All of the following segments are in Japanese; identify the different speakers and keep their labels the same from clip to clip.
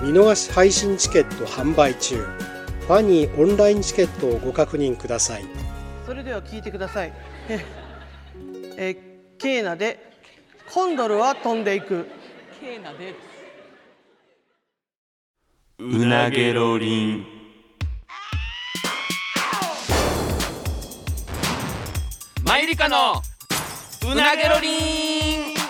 Speaker 1: 見逃し配信チケット販売中ファニーオンラインチケットをご確認ください
Speaker 2: それでは聞いてください。えーえーケーナでコンドルは飛んでいく。
Speaker 3: ケーナで
Speaker 4: うなげろりんマイリカのうなげろりん
Speaker 5: さ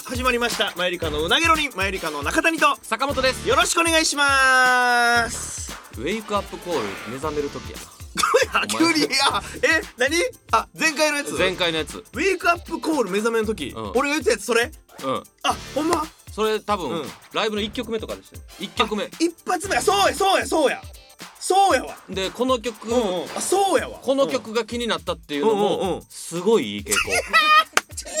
Speaker 5: あ始まりましたマユリカのうなげろりんマユリカの中谷と
Speaker 4: 坂本です
Speaker 5: よろしくお願いします
Speaker 4: ウェイクアップコール目覚める時や
Speaker 5: 急に あえ何あ前回のやつ
Speaker 4: な前回のやつうん
Speaker 5: ウェイクアップコール目覚めの時、
Speaker 4: うん
Speaker 5: 俺が言ったやつそれあほんま
Speaker 4: それ多分、
Speaker 5: うん
Speaker 4: ライブの1曲目とかでしたよ1曲目
Speaker 5: 一発目そうやそうやそうやそうやわ
Speaker 4: でこの曲、
Speaker 5: うん、うん、あそうやわ
Speaker 4: この曲が気になったっていうのも、
Speaker 5: うんうんうん
Speaker 4: すごいいい 傾向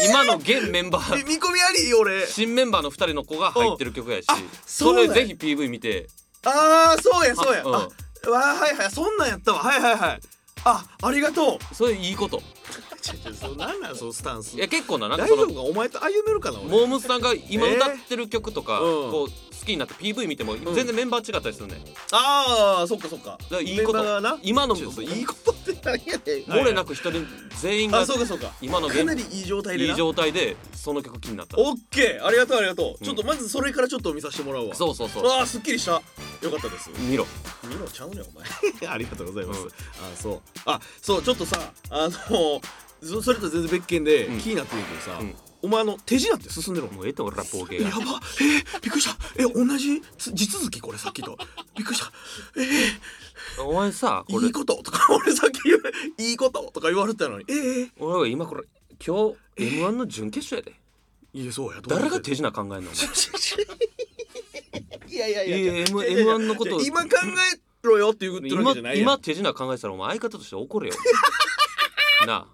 Speaker 4: 今の現メンバ
Speaker 5: うんみ
Speaker 4: ー
Speaker 5: 見込みあり 俺
Speaker 4: 新メンバーの2人の子が入ってる曲やし
Speaker 5: あ
Speaker 4: そ
Speaker 5: そうなん
Speaker 4: れぜ
Speaker 5: や
Speaker 4: ひ PV 見て
Speaker 5: あーそうやそうや
Speaker 4: あうん
Speaker 5: あわーはいはいそんなんやったわはいはいはいあありがとう
Speaker 4: それいいこと
Speaker 5: ちょちょそなんなんそのスタンス
Speaker 4: いや結構ななんか
Speaker 5: 大
Speaker 4: そ
Speaker 5: 丈
Speaker 4: の
Speaker 5: 夫かお前と歩めるかな俺
Speaker 4: モームスさんが今歌ってる曲とか、
Speaker 5: えーうん
Speaker 4: こう好きになって PV 見ても全然メンバー違ったりするね、だか
Speaker 5: ああそっかそっから
Speaker 4: いいこと
Speaker 5: メンバーがな
Speaker 4: 今の
Speaker 5: ちょっと
Speaker 4: そう
Speaker 5: いいことって何やねん
Speaker 4: 漏れなく一人全員が
Speaker 5: あそうかそうか
Speaker 4: 今の現
Speaker 5: かなりいい状態で
Speaker 4: い
Speaker 5: ない
Speaker 4: 状態でその曲気になった
Speaker 5: オッケーありがとうありがとう、
Speaker 4: ん
Speaker 5: ちょっとまずそれからちょっと見させてもらうわ
Speaker 4: そううそうそう
Speaker 5: ああすっきりしたよかったです
Speaker 4: 見ろ
Speaker 5: 見ろちゃうねんお前ありがとうございます、
Speaker 4: うん
Speaker 5: あーそうあそうちょっとさあのーそそれと全然別件で
Speaker 4: ん
Speaker 5: 気になってるけどさ、
Speaker 4: うん
Speaker 5: お前あの手品って進んでるの
Speaker 4: もうええって俺らボケ
Speaker 5: や
Speaker 4: が
Speaker 5: ばえー、びっくりしたえ同じつ地続きこれさっきとびっくりしたえー、
Speaker 4: お前さこれ
Speaker 5: いいこととか俺さっき言ういいこととか言われてたのにええ
Speaker 4: 俺は今これ今日 m 1の準決勝やで
Speaker 5: いやそうや
Speaker 4: 誰が手品考えんのお前
Speaker 5: いやいやい
Speaker 4: いやいや M-
Speaker 5: いやいや
Speaker 4: M1 のことを
Speaker 5: 今考えろよって言ってるわ
Speaker 4: 今
Speaker 5: けじゃないやん
Speaker 4: 今手品考えてたらお前相方として怒 れよなあ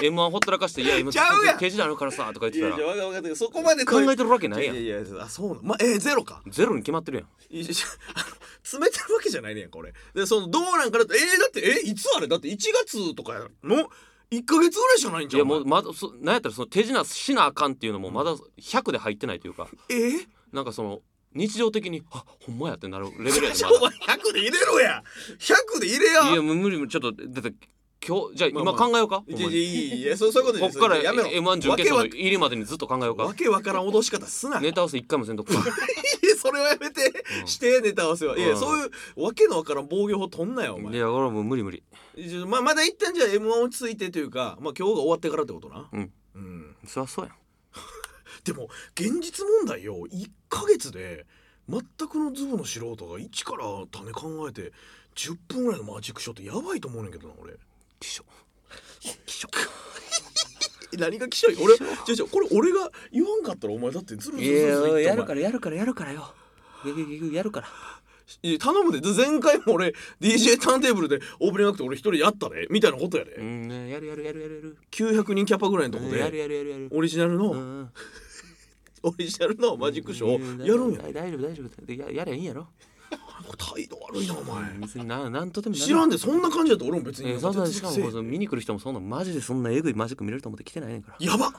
Speaker 4: m 1ほったらかして「いや今
Speaker 5: ちゃうやん
Speaker 4: 手品あるからさ」とか言っ
Speaker 5: い
Speaker 4: てた
Speaker 5: やいや
Speaker 4: ら
Speaker 5: わか分かってるそこまで
Speaker 4: 考えてるわけないやん
Speaker 5: いやいやあそうなのまあえー、ゼロか
Speaker 4: ゼロに決まってるやん
Speaker 5: いやいやあの詰めてるわけじゃないねんこれでそのどうなんかなってえー、だってえー、いつあれだって1月とかやの1か月ぐらいしかないん
Speaker 4: い
Speaker 5: じゃ
Speaker 4: や
Speaker 5: ん
Speaker 4: もうまだそなんやったらその手品しなあかんっていうのもまだ100で入ってないというか
Speaker 5: えー、
Speaker 4: なんかその日常的に「あほんまや」ってなるレベ ルやで
Speaker 5: じゃ
Speaker 4: ま
Speaker 5: あお前100で入れろや100で入れ
Speaker 4: だい
Speaker 5: や
Speaker 4: やもう無理無理ちょっとだって今日じゃあ
Speaker 5: まあま
Speaker 4: 今
Speaker 5: あ
Speaker 4: 考えようか、ほん
Speaker 5: い
Speaker 4: ま
Speaker 5: や
Speaker 4: に
Speaker 5: いやいやいやそうそういうこと
Speaker 4: こっから
Speaker 5: やめろ
Speaker 4: m 1準決
Speaker 5: わ
Speaker 4: 勝
Speaker 5: け
Speaker 4: の入りまでにずっと考えよう
Speaker 5: わ
Speaker 4: か
Speaker 5: けわからん脅し方すな。
Speaker 4: ネタ合わせ一回もせんとこ
Speaker 5: いや それはやめて、
Speaker 4: うん
Speaker 5: してネタ合わせは。いや、
Speaker 4: うん
Speaker 5: そういうわけのわからん防御法取んなよ、お
Speaker 4: い
Speaker 5: 前。
Speaker 4: や俺はもう無理無理
Speaker 5: ちょまあ、まだ一旦じゃあ M1 落ち着いてというか、まあ今日が終わってからってことな。
Speaker 4: うん
Speaker 5: うん
Speaker 4: そりゃそうやん
Speaker 5: でも、現実問題よ、1ヶ月で、全くのズブの素人が一から種考えて、10分ぐらいのマジックショットやばいと思うねんけどな、俺。
Speaker 4: 気象
Speaker 5: 気象 何が気象俺、じゃじゃこれ俺が言わんかったらお前だってズルズルズルズル言ってお前
Speaker 4: らやるからやるからよやややるから
Speaker 5: いや頼むで前回も俺 DJ ターンテーブルでオープニングアクト俺一人やったでみたいなことや
Speaker 4: う
Speaker 5: で
Speaker 4: んねやるやるやるやるやる
Speaker 5: 900人キャパぐらいのとこ
Speaker 4: やる
Speaker 5: で
Speaker 4: やるやるやる
Speaker 5: オリジナルの、
Speaker 4: うん
Speaker 5: オリジナルのマジックショーをやるんや
Speaker 4: 大丈夫大丈夫でややりゃいいんやろ
Speaker 5: 態度悪いなお前
Speaker 4: 別にななんとでもなる
Speaker 5: 知らんでそんな感じだった俺も別
Speaker 4: え
Speaker 5: に
Speaker 4: ー、そんなしかもこう
Speaker 5: 全
Speaker 4: その
Speaker 5: 然
Speaker 4: 見に来る人もそんなマジでそんなえぐいマジック見れると思って来てないねんから。
Speaker 5: やば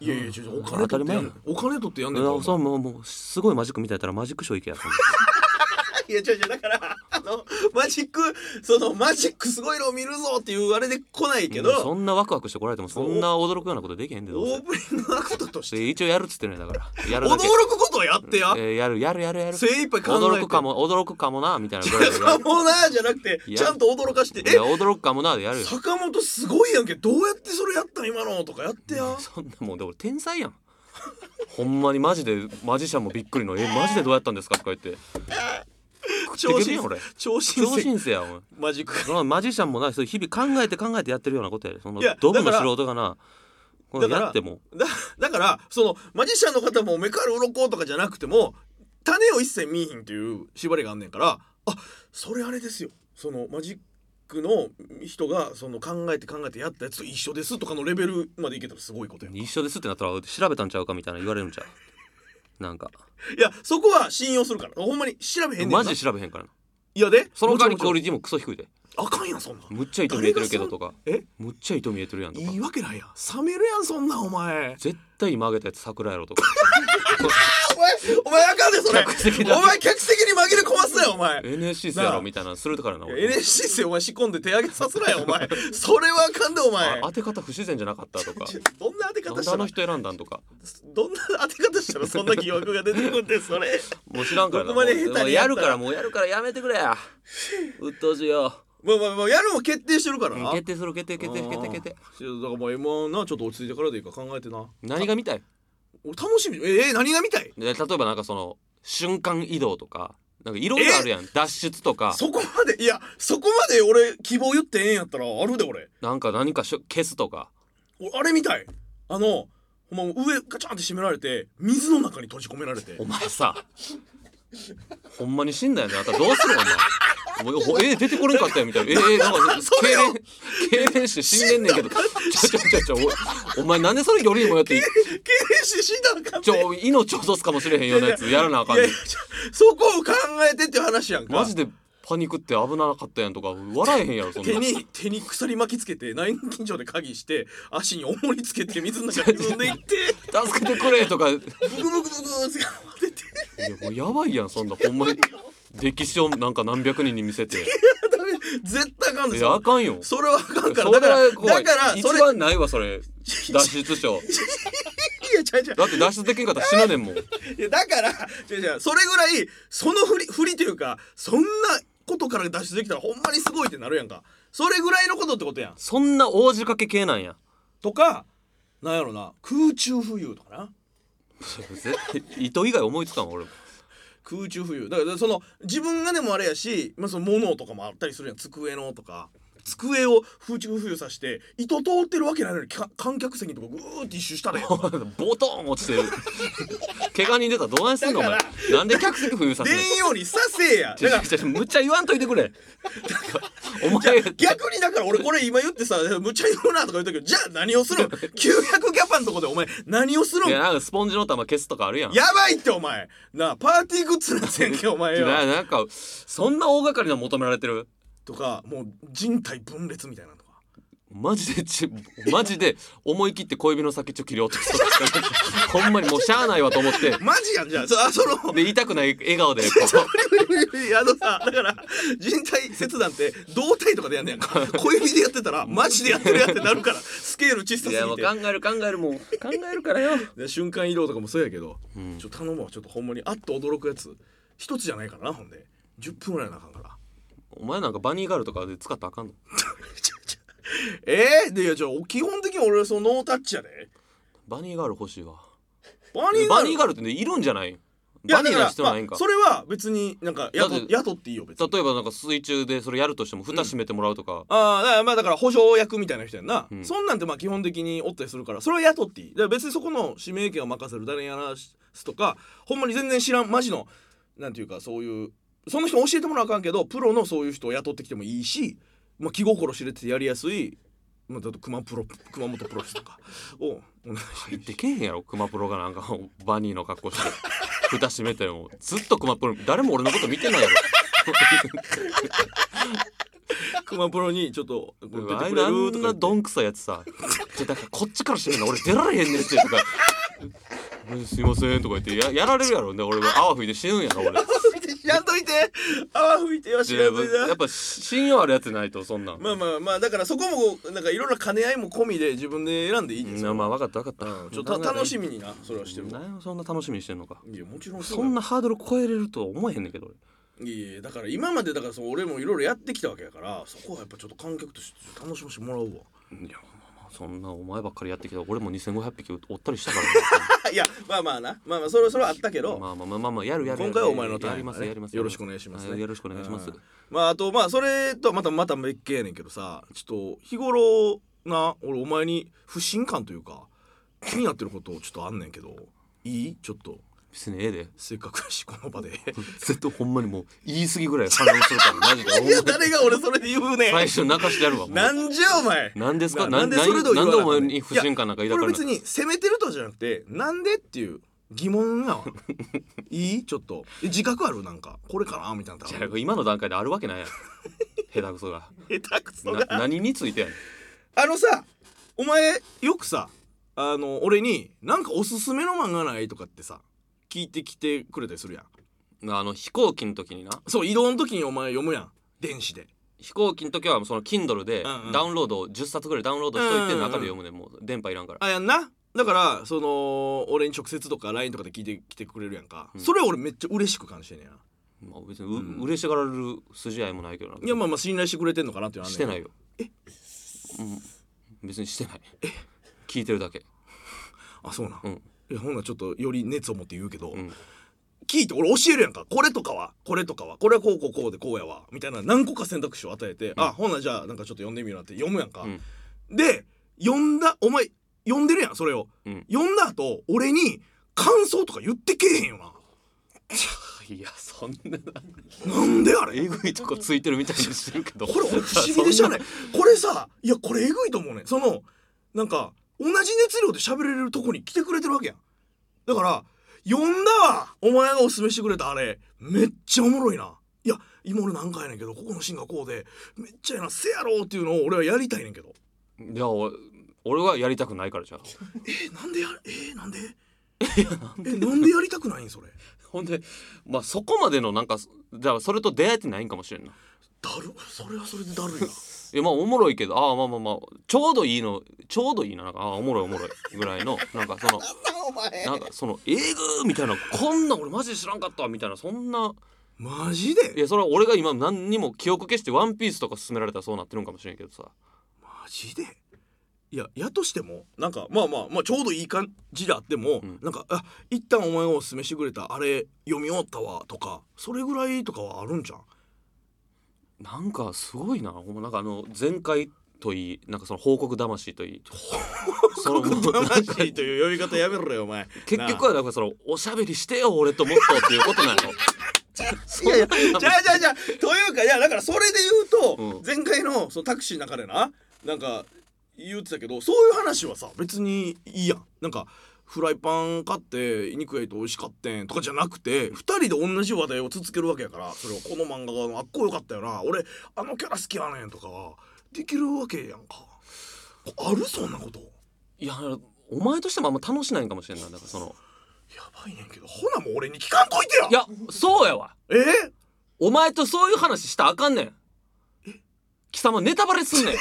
Speaker 5: いやいやちょっとお金取ってやんねんお金取ってやんねんからお
Speaker 4: あそ
Speaker 5: 前
Speaker 4: うもうもうすごいマジックみたいやったらマジックショー 行けやそんない
Speaker 5: やちょいちょいだからあのマジックそのマジックすごいのを見るぞっていうあれで来ないけ
Speaker 4: もうそ
Speaker 5: ど
Speaker 4: んなワクワクしてこられてもそんな驚くようなことできへんでど
Speaker 5: オ
Speaker 4: うせ
Speaker 5: ープニングアクトとして
Speaker 4: で一応やるっつってんねんだからやる
Speaker 5: 驚
Speaker 4: だ
Speaker 5: く
Speaker 4: け、
Speaker 5: ことはやってや
Speaker 4: えー、やるやるやるやる
Speaker 5: 精一杯考
Speaker 4: 驚
Speaker 5: えて
Speaker 4: くかも驚くかもなみたいなぐらいでや
Speaker 5: 坂
Speaker 4: る
Speaker 5: 本なじゃなくて
Speaker 4: いや
Speaker 5: ちゃんと驚かして
Speaker 4: い
Speaker 5: え
Speaker 4: や驚くかもなでやるよ
Speaker 5: 坂本すごいやんけどうやってそれやったん今のとかやってや
Speaker 4: そんなもんで俺天才やんほんまにマジでマジシャンもびっくりの「えマジでどうやったんですか?」とか言って
Speaker 5: 超
Speaker 4: できる
Speaker 5: 新
Speaker 4: やん俺
Speaker 5: 超新
Speaker 4: 超
Speaker 5: 星
Speaker 4: 新星やお前
Speaker 5: マジック
Speaker 4: そのマジシャンもなそう日々考えて考えてやってるようなことやでその
Speaker 5: いや
Speaker 4: ドブの
Speaker 5: だから
Speaker 4: 素人がなこれやっても
Speaker 5: だだからそのマジシャンの方も目から鱗とかじゃなくても種を一切見いひんっていう縛りがあんねんからあそれあれですよそのマジックの人がその考えて考えてやったやつと一緒ですとかのレベルまでいけたらすごいことやんい
Speaker 4: 一緒ですってなったら調べたんちゃうかみたいな言われるんちゃうなんか
Speaker 5: やそこは信用するからほんまに調べへんねんな
Speaker 4: マジで調べへんからない
Speaker 5: やで
Speaker 4: その代わりクオ
Speaker 5: これ
Speaker 4: リティもクソ低いで
Speaker 5: あかんやんそんなん
Speaker 4: むっちゃ糸見えてるけどとか
Speaker 5: え
Speaker 4: むっちゃ糸見えてるやんとか
Speaker 5: いいわけないやん冷めるやんそんなんお前
Speaker 4: 絶対今上げたやつ桜やろ とか
Speaker 5: お前お前あかんでそれ
Speaker 4: 客席だ
Speaker 5: お前客席に紛れ込ますなよお前
Speaker 4: NSC 生やろみたいなのするからな俺
Speaker 5: NSC 生お前仕込んで手上げさすなよお前それはあかんでお
Speaker 4: あ
Speaker 5: 前
Speaker 4: 当て方不自然じゃなかったと か
Speaker 5: どんな当て
Speaker 4: なん
Speaker 5: 方し
Speaker 4: で
Speaker 5: た
Speaker 4: あ
Speaker 5: ら
Speaker 4: の人選んだんとか
Speaker 5: どんな当て方したらそんな疑惑が出てくるんでそれ
Speaker 4: もう知らんからな
Speaker 5: どこまで下手に
Speaker 4: もうや
Speaker 5: やったら
Speaker 4: るからもうやるからやめてくれや鬱陶しいよ
Speaker 5: もうもうもうやるも決定してるから
Speaker 4: うん
Speaker 5: な
Speaker 4: 決定する決定決定決定決定
Speaker 5: うんだからもう M1 なちょっと落ち着いてからでいいから考えてな
Speaker 4: 何が見たい
Speaker 5: 俺楽しみええ何が見たい
Speaker 4: で例えばなんかその瞬間移動とかなんかいろいろあるやん脱出とか
Speaker 5: そこまでいやそこまで俺希望言ってええんやったらあるで俺
Speaker 4: なんか何かしょ消すとか
Speaker 5: 俺あれみたいあのほんま上ガチャンって閉められて水の中に閉じ込めら れて
Speaker 4: お前さほんまに死んだよねあんたどうするのお前お前ほえー、出てこれんかったよみたいなえー、なんか
Speaker 5: それを
Speaker 4: 痙攣痙攣して死んでんねんけどちょちょちょちょおお前なんでそれよりにもよって
Speaker 5: 経営士死んだらあかん
Speaker 4: ち
Speaker 5: ね
Speaker 4: ょ命落とすかもしれへんようなやつやらなあかん
Speaker 5: い
Speaker 4: ね
Speaker 5: や
Speaker 4: ん
Speaker 5: いやちょそこを考えてっていう話やんか
Speaker 4: マジでパニックって危なかったやんとか笑えへんやろそんな
Speaker 5: 手に手に鎖巻きつけて内勤緊張で鍵して足に重りつけて水の中に沈んでいって
Speaker 4: 助けてくれとかい
Speaker 5: ブクブクブクブクって頑張ってて
Speaker 4: やもうやばいやんそんなほんまに歴史をなんか何百人に見せて
Speaker 5: ダメ絶対あかんで
Speaker 4: い
Speaker 5: す
Speaker 4: やあ
Speaker 5: よ
Speaker 4: かんよ
Speaker 5: それはあかんから
Speaker 4: そ
Speaker 5: だ
Speaker 4: れ
Speaker 5: か
Speaker 4: は
Speaker 5: ら
Speaker 4: 怖
Speaker 5: だ
Speaker 4: い
Speaker 5: から
Speaker 4: 一
Speaker 5: それ
Speaker 4: 番ないわそれ脱出症
Speaker 5: いやちゃうちゃう
Speaker 4: だって脱出できんかったら死ぬねんもん
Speaker 5: いやだから違う違うそれぐらいその振り振りというかそんなことから脱出できたらほんまにすごいってなるやんかそれぐらいのことってことやん
Speaker 4: そんな大仕掛け系なんや
Speaker 5: とかなんやろな空中浮遊とかな
Speaker 4: 絶対糸以外思いつかんわ俺も
Speaker 5: 空中浮遊だからその自分がでもあれやし、まあ、その物とかもあったりするやん机のとか机を空中浮遊させて糸通ってるわけないのにか観客席のとかグーって一周したらやん
Speaker 4: ボトン落ちてる怪我人出たらどないすんのお前
Speaker 5: だか
Speaker 4: なんで客席冬させ
Speaker 5: 出
Speaker 4: る
Speaker 5: んようにさせえやだ
Speaker 4: ちょ
Speaker 5: から
Speaker 4: ちょちょむっちゃ言わんといてくれお前が
Speaker 5: 逆にだから俺これ今言ってさむちゃ言うなとか言ったけどじゃあ何をするん900キャパのとこでお前何をするん
Speaker 4: いや
Speaker 5: や
Speaker 4: なんかスポンジの玉消すとかあるやん
Speaker 5: ばいってお前なあパーティーグッズなんせんけお前よ
Speaker 4: ななんかそんな大掛かりなの求められてる
Speaker 5: とかもう人体分裂みたいなのとか
Speaker 4: マジでちマジで思い切って小指の先ちょ切り落とすとかほんまにもうしゃあないわと思って
Speaker 5: マジやんじゃあそ あその
Speaker 4: で痛くない笑顔でこ
Speaker 5: あのさだから人体切断って胴体とかでやんねやんか小指でやってたらマジでやってるやんってなるからスケール小さ
Speaker 4: う
Speaker 5: す
Speaker 4: い
Speaker 5: ぎ
Speaker 4: やもう考
Speaker 5: て
Speaker 4: える考えるもう考えるからよ
Speaker 5: で瞬間移動とかもそうやけど、
Speaker 4: ん
Speaker 5: ちょっと頼むわちょっとほんまにあっと驚くやつ一つじゃないからなほんで10分ぐらいなあかんから
Speaker 4: お前なんかバニーガールとかで使ったらあかんの
Speaker 5: えー、でいやじゃあ基本的に俺そのノータッチやで
Speaker 4: バニーガール欲しいわ
Speaker 5: バニーガ
Speaker 4: バ
Speaker 5: ール
Speaker 4: ニー
Speaker 5: い
Speaker 4: ガールってねいるんじゃない
Speaker 5: や
Speaker 4: バニーガー
Speaker 5: だら
Speaker 4: ル必要ないんか
Speaker 5: まあそれは別になんか
Speaker 4: だっ
Speaker 5: 雇
Speaker 4: て
Speaker 5: 雇っていいよ別に
Speaker 4: 例えばなんか水中でそれやるとしても蓋閉めてもらうとか、
Speaker 5: ああだからまあだから補助役みたいな人やんな、
Speaker 4: うん
Speaker 5: そんなんてまあ基本的におったりするからそれは雇っていいだから別にそこの指名権を任せる誰にやらすとかほんまに全然知らんマジのなんていうかそういうその人に教えてもらわあかんけどプロのそういう人を雇ってきてもいいし、まあ、気心知れててやりやすい、まあ、だと熊プロ熊本プロレスとかをお願いし
Speaker 4: 入ってけえへんやろ熊プロがなんかバニーの格好して 蓋閉めてもずっと熊プロ誰も俺のこと見てないやろ
Speaker 5: 熊プロにちょっと出て
Speaker 4: う
Speaker 5: く
Speaker 4: わあ
Speaker 5: れ
Speaker 4: い
Speaker 5: る
Speaker 4: なあん
Speaker 5: と
Speaker 4: な
Speaker 5: か
Speaker 4: ど
Speaker 5: 言って
Speaker 4: んくさいやつさ「じゃだからこっちから閉めんの俺出られへんねん」ってとか 「すいません」とか言ってややられるやろね俺は泡吹いて死ぬんやろ俺
Speaker 5: やんといて泡吹いてよしやんといて
Speaker 4: やっぱ信用あるやつないとそんなん、
Speaker 5: まあまあまあだからそこもなんかいろんな兼ね合いも込みで自分で選んでいいです
Speaker 4: な
Speaker 5: よ、
Speaker 4: まあ分かった分かった、
Speaker 5: うんちょっとた楽しみになそれはしてるわ
Speaker 4: 何をそんな楽しみにしてんのか
Speaker 5: いやもちろん
Speaker 4: そん
Speaker 5: な
Speaker 4: なハードル超えれるとは思えへんねんけど俺
Speaker 5: いやいやだから今までだからそう俺もいろいろやってきたわけだからそこはやっぱちょっと観客として楽しませてもらうわ
Speaker 4: いやまあそんなお前ばっかりやってきた俺も2500匹おったりしたか
Speaker 5: いやまあまあなまあまあそれはそれはあったけ
Speaker 4: ら
Speaker 5: ど、
Speaker 4: なまあまあまあまあまあやるやるや
Speaker 5: 今
Speaker 4: る
Speaker 5: 回はお前のターン
Speaker 4: やりますやります
Speaker 5: よろしくお願いします、
Speaker 4: は
Speaker 5: ね、
Speaker 4: いよろしくお願いします
Speaker 5: うんまああとまあそれとはまたまた別件やねんけどさちょっと日頃な俺お前に不信感というか気になってることちょっとあんねんけどいいちょっと
Speaker 4: 別にええで
Speaker 5: せっかくやしこの 場で
Speaker 4: 絶対ほんまにもう言い過ぎぐらい反応するからマジでほんまに
Speaker 5: 誰が俺それで言うね
Speaker 4: 最初泣かしてやるわもう
Speaker 5: なんじゃお前
Speaker 4: なんですか
Speaker 5: な
Speaker 4: なんん
Speaker 5: で
Speaker 4: で
Speaker 5: それで
Speaker 4: なんで
Speaker 5: 言わなあか
Speaker 4: お前
Speaker 5: んねん
Speaker 4: に不信感なんか
Speaker 5: い
Speaker 4: 抱
Speaker 5: やこ
Speaker 4: か
Speaker 5: れ
Speaker 4: れな
Speaker 5: 別に責めてるとじゃなくてなんでっていう疑 問やわいいちょっとえ自覚あるなんかこれかなみたいなのってある
Speaker 4: いや今の段階であるわけないやん下手くそが
Speaker 5: 下手くそ
Speaker 4: な
Speaker 5: が
Speaker 4: 何についてやねん
Speaker 5: あのさお前よくさあの俺になんかおすすめの漫画ないとかってさ聞いてきてくれたりするやん
Speaker 4: あの飛行機の時にな
Speaker 5: そう移動の時にお前読むやん電子で
Speaker 4: 飛行機の時はその Kindle で
Speaker 5: うんうん
Speaker 4: ダウンロードを10冊ぐらいダウンロードしといて
Speaker 5: うんうんうん
Speaker 4: 中で読むねんもう電波いらんから
Speaker 5: あやんなだからその俺に直接とか LINE とかで聞いてきてくれるやんか、
Speaker 4: うん
Speaker 5: それ俺めっちゃ嬉しく感じてんねや
Speaker 4: まあ別にう、
Speaker 5: うん
Speaker 4: 嬉しがられる筋合いもないけどない
Speaker 5: やまあまあ信頼してくれてんのかなっていうのはあ
Speaker 4: し
Speaker 5: ん
Speaker 4: て
Speaker 5: ねんけ
Speaker 4: な
Speaker 5: ど
Speaker 4: いようん、別にしてない聞いてるだけ
Speaker 5: あそうなん、
Speaker 4: うん
Speaker 5: いやほんならちょっとより熱を持って言うけど、
Speaker 4: うん
Speaker 5: 聞いて俺教えるやんかこれとかはこれとかはこれはこうこうこうでこうやわみたいな何個か選択肢を与えて、あほんならじゃあなんかちょっと読んでみるなって読むやんか、
Speaker 4: うん
Speaker 5: で読んだお前読んでるやんそれを、
Speaker 4: うん
Speaker 5: 読んだ後俺に感想とか言ってけえへんよない
Speaker 4: やそんな
Speaker 5: なんであれ
Speaker 4: えぐいとこついてるみたいにしてるけど
Speaker 5: これ俺不思議でしゃ あ ないこれさいやこれえぐいと思うねんそのなんか同じ熱量で喋れるとこに来てくれてるわけやんだから呼んだわお前がおすすめしてくれたあれめっちゃおもろいないや今俺なんかやねんけどここのシーンがこうでめっちゃやなせやろうっていうのを俺はやりたいねんけど
Speaker 4: いやお俺はやりたくないからじゃあ
Speaker 5: えなんでやえなんでえなんでやりたくないんそれ
Speaker 4: ほんでまあそこまでのなんかじゃあそれと出会えてないんかもしれんな
Speaker 5: だるそれはそれでだ るいな
Speaker 4: えまあおもろいけどああまあまあまあちょうどいいのちょうどいいななんかああおもろいおもろいぐらいの なんかその
Speaker 5: お前
Speaker 4: なんかそのえぐーみたいなこんなん俺マジで知らんかったみたいなそんな
Speaker 5: マジで
Speaker 4: いやそれは俺が今何にも記憶消して「ワンピースとか勧められたらそうなってるんかもしれんけどさ
Speaker 5: マジでいややとしてもなんかまあまあまあちょうどいい感じであっても、
Speaker 4: うん
Speaker 5: なんかあ一旦お前がおすすめしてくれたあれ読み終わったわとかそれぐらいとかはある んじゃん
Speaker 4: なんかすごいなほんまなんかあの全開といいなんかその報告魂といいその
Speaker 5: 国魂という呼び方やめろよお 前
Speaker 4: 結局はなんかそのおしゃべりしてよ俺ともっとっていうことなの
Speaker 5: いやいやじゃあじゃあじゃあというかいやだからそれで言うと、
Speaker 4: うん
Speaker 5: 前回のそのタクシーの中でななんか言ってたけどそういう話はさ別にいいやんなんかフライパン買って肉焼いて美味しかってんとかじゃなくて2人で同じ話題を続けるわけやからそれはこの漫画があっこよかったよな俺あのキャラ好きやねんとかはできるわけやんかあるそんなこと
Speaker 4: いやお前としてもあんま楽しないんかもしれんないだからその
Speaker 5: やばいねんけどほなもう俺に聞かんといてや
Speaker 4: いやそうやわ
Speaker 5: えー
Speaker 4: お前とそういう話したらあかんねん貴様ネタバレすんねん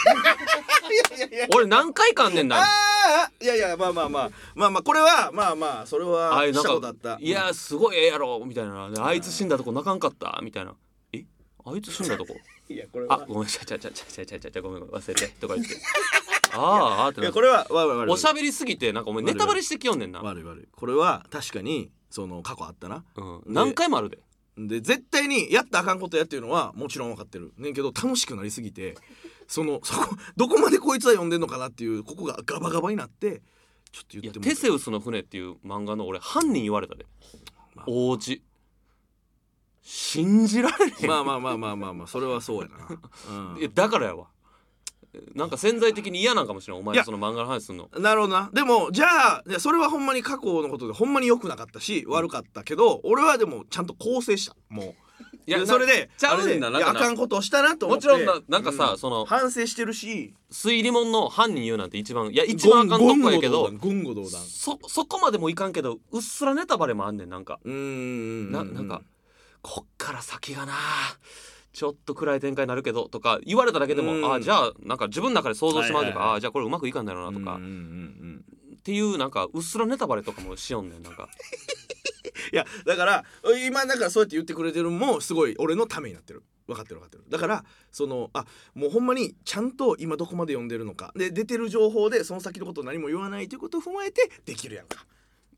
Speaker 4: 俺何回かあんねんな
Speaker 5: ああいやいやまあまあまあまあまあこれはまあまあそれは
Speaker 4: あれ
Speaker 5: し
Speaker 4: なん
Speaker 5: たことあ
Speaker 4: か
Speaker 5: った
Speaker 4: いやすごいええやろみたいなであいつ死んだとこ泣かんかったみたいなえあいつ死んだとこ
Speaker 5: いやこれ
Speaker 4: あ
Speaker 5: は
Speaker 4: ごめんちゃちゃちゃちゃちゃちゃちゃちゃごめんごめん忘れてとか言ってあーあーって
Speaker 5: い
Speaker 4: な
Speaker 5: や
Speaker 4: っ
Speaker 5: こ
Speaker 4: て
Speaker 5: れはわわわ
Speaker 4: おしゃべりすぎてなんかお前ネタバレしてきよんねんな、
Speaker 5: 悪い悪いこれは確かにその過去あったな
Speaker 4: うん、何回もあるで
Speaker 5: で絶対にやったらあかんことやっていうのはもちろん分かってるねんけど楽しくなりすぎて そのそこどこまでこいつは読んでんのかなっていうここがガバガバになってちょっと
Speaker 4: い
Speaker 5: 言っ
Speaker 4: や「
Speaker 5: ても
Speaker 4: テセウスの船」っていう漫画の俺犯人言われたで
Speaker 5: まあ
Speaker 4: 王子信じられへん、
Speaker 5: まあまあまあまあまあまあそれはそうやな、
Speaker 4: いやだからやわなんか潜在的に嫌なんかもしれんお
Speaker 5: い
Speaker 4: 前
Speaker 5: や
Speaker 4: その漫画の話すんの
Speaker 5: うん、なるほどなでもじゃあいやそれはほんまに過去のことでほんまに良くなかったし悪かったけど俺はでもちゃんと構成したもう
Speaker 4: いや
Speaker 5: で
Speaker 4: な
Speaker 5: それで
Speaker 4: ちゃうんだ
Speaker 5: あれで
Speaker 4: なんかない
Speaker 5: やあかんことをしたなと思って
Speaker 4: もちろんななんかさ
Speaker 5: う
Speaker 4: その
Speaker 5: 反省してるし
Speaker 4: 推理門の犯人言うなんて一番いや一番あかんとこやけど
Speaker 5: 言語道断言語道断
Speaker 4: そそこまでもいかんけどうっすらネタバレもあんねんなんか、
Speaker 5: うーん
Speaker 4: ななんかこっから先がなちょっと暗い展開になるけどとか言われただけでも、
Speaker 5: うん
Speaker 4: ああじゃあなんか自分の中で想像してまうというか、
Speaker 5: はいはいはい
Speaker 4: ああじゃあこれうまくいかんだろうなとか、
Speaker 5: うんうんうんうん
Speaker 4: っていうなんかうっすらネタバレとかもしよんねんなんか
Speaker 5: いやだから今だからそうやって言ってくれてるのもすごい俺のためになってる分かってる分かってるだからそのあもうほんまにちゃんと今どこまで読んでるのかで出てる情報でその先のことを何も言わないということを踏まえてできるやんか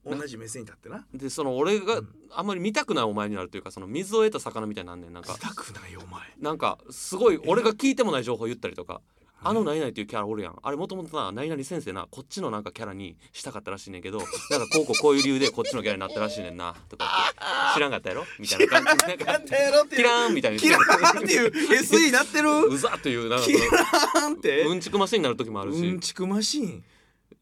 Speaker 5: 同じ目線に立ってな
Speaker 4: でその俺があんまり見たくないお前になるというかその水を得た魚みたいになんねんなんか
Speaker 5: したくないよお前
Speaker 4: なんかすごい俺が聞いてもない情報言ったりとかあの何々っていうキャラおるやんあれもともとな何々先生なこっちのなんかキャラにしたかったらしいねんけどなんかこうこうこういう理由でこっちのキャラになったらしいねんなとか言って知らんかったやろみたいな感じでなんか
Speaker 5: やろって
Speaker 4: キ
Speaker 5: いう
Speaker 4: ラーンみたいに
Speaker 5: キラーっていう SE なってる
Speaker 4: うざというなんか
Speaker 5: キラーンって
Speaker 4: うんちくマシンになる時もあるし、
Speaker 5: うんちくマシーン